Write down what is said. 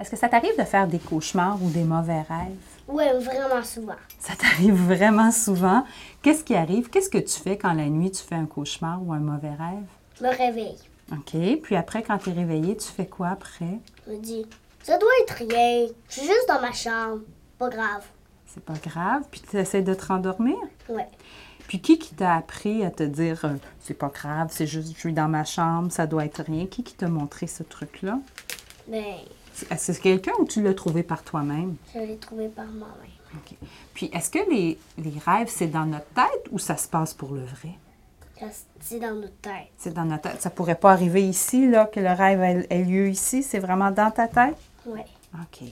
Est-ce que ça t'arrive de faire des cauchemars ou des mauvais rêves? Oui, vraiment souvent. Ça t'arrive vraiment souvent. Qu'est-ce qui arrive? Qu'est-ce que tu fais quand la nuit tu fais un cauchemar ou un mauvais rêve? Je me réveille. OK. Puis après, quand tu es réveillé, tu fais quoi après? Je me dis, ça doit être rien. Je suis juste dans ma chambre. Pas grave. C'est pas grave. Puis tu essaies de te rendormir? Ouais. Puis qui qui t'a appris à te dire euh, c'est pas grave, c'est juste je suis dans ma chambre, ça doit être rien? Qui qui t'a montré ce truc-là? Ben, C'est- Est-ce que c'est quelqu'un ou tu l'as trouvé par toi-même? je l'ai trouvé par moi-même. OK. Puis est-ce que les, les rêves, c'est dans notre tête ou ça se passe pour le vrai? Ça, C'est dans notre tête. C'est dans notre tête. Ça pourrait pas arriver ici, là, que le rêve ait, ait lieu ici. C'est vraiment dans ta tête? Ouais. OK.